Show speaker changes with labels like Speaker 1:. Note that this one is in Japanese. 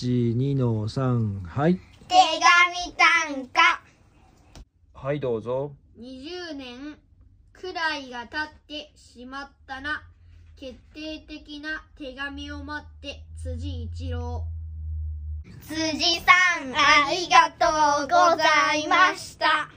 Speaker 1: 12の3はい
Speaker 2: 手紙短歌
Speaker 1: はいどうぞ
Speaker 3: 20年くらいが経ってしまったな決定的な手紙を待って辻一郎
Speaker 2: 辻さんありがとうございました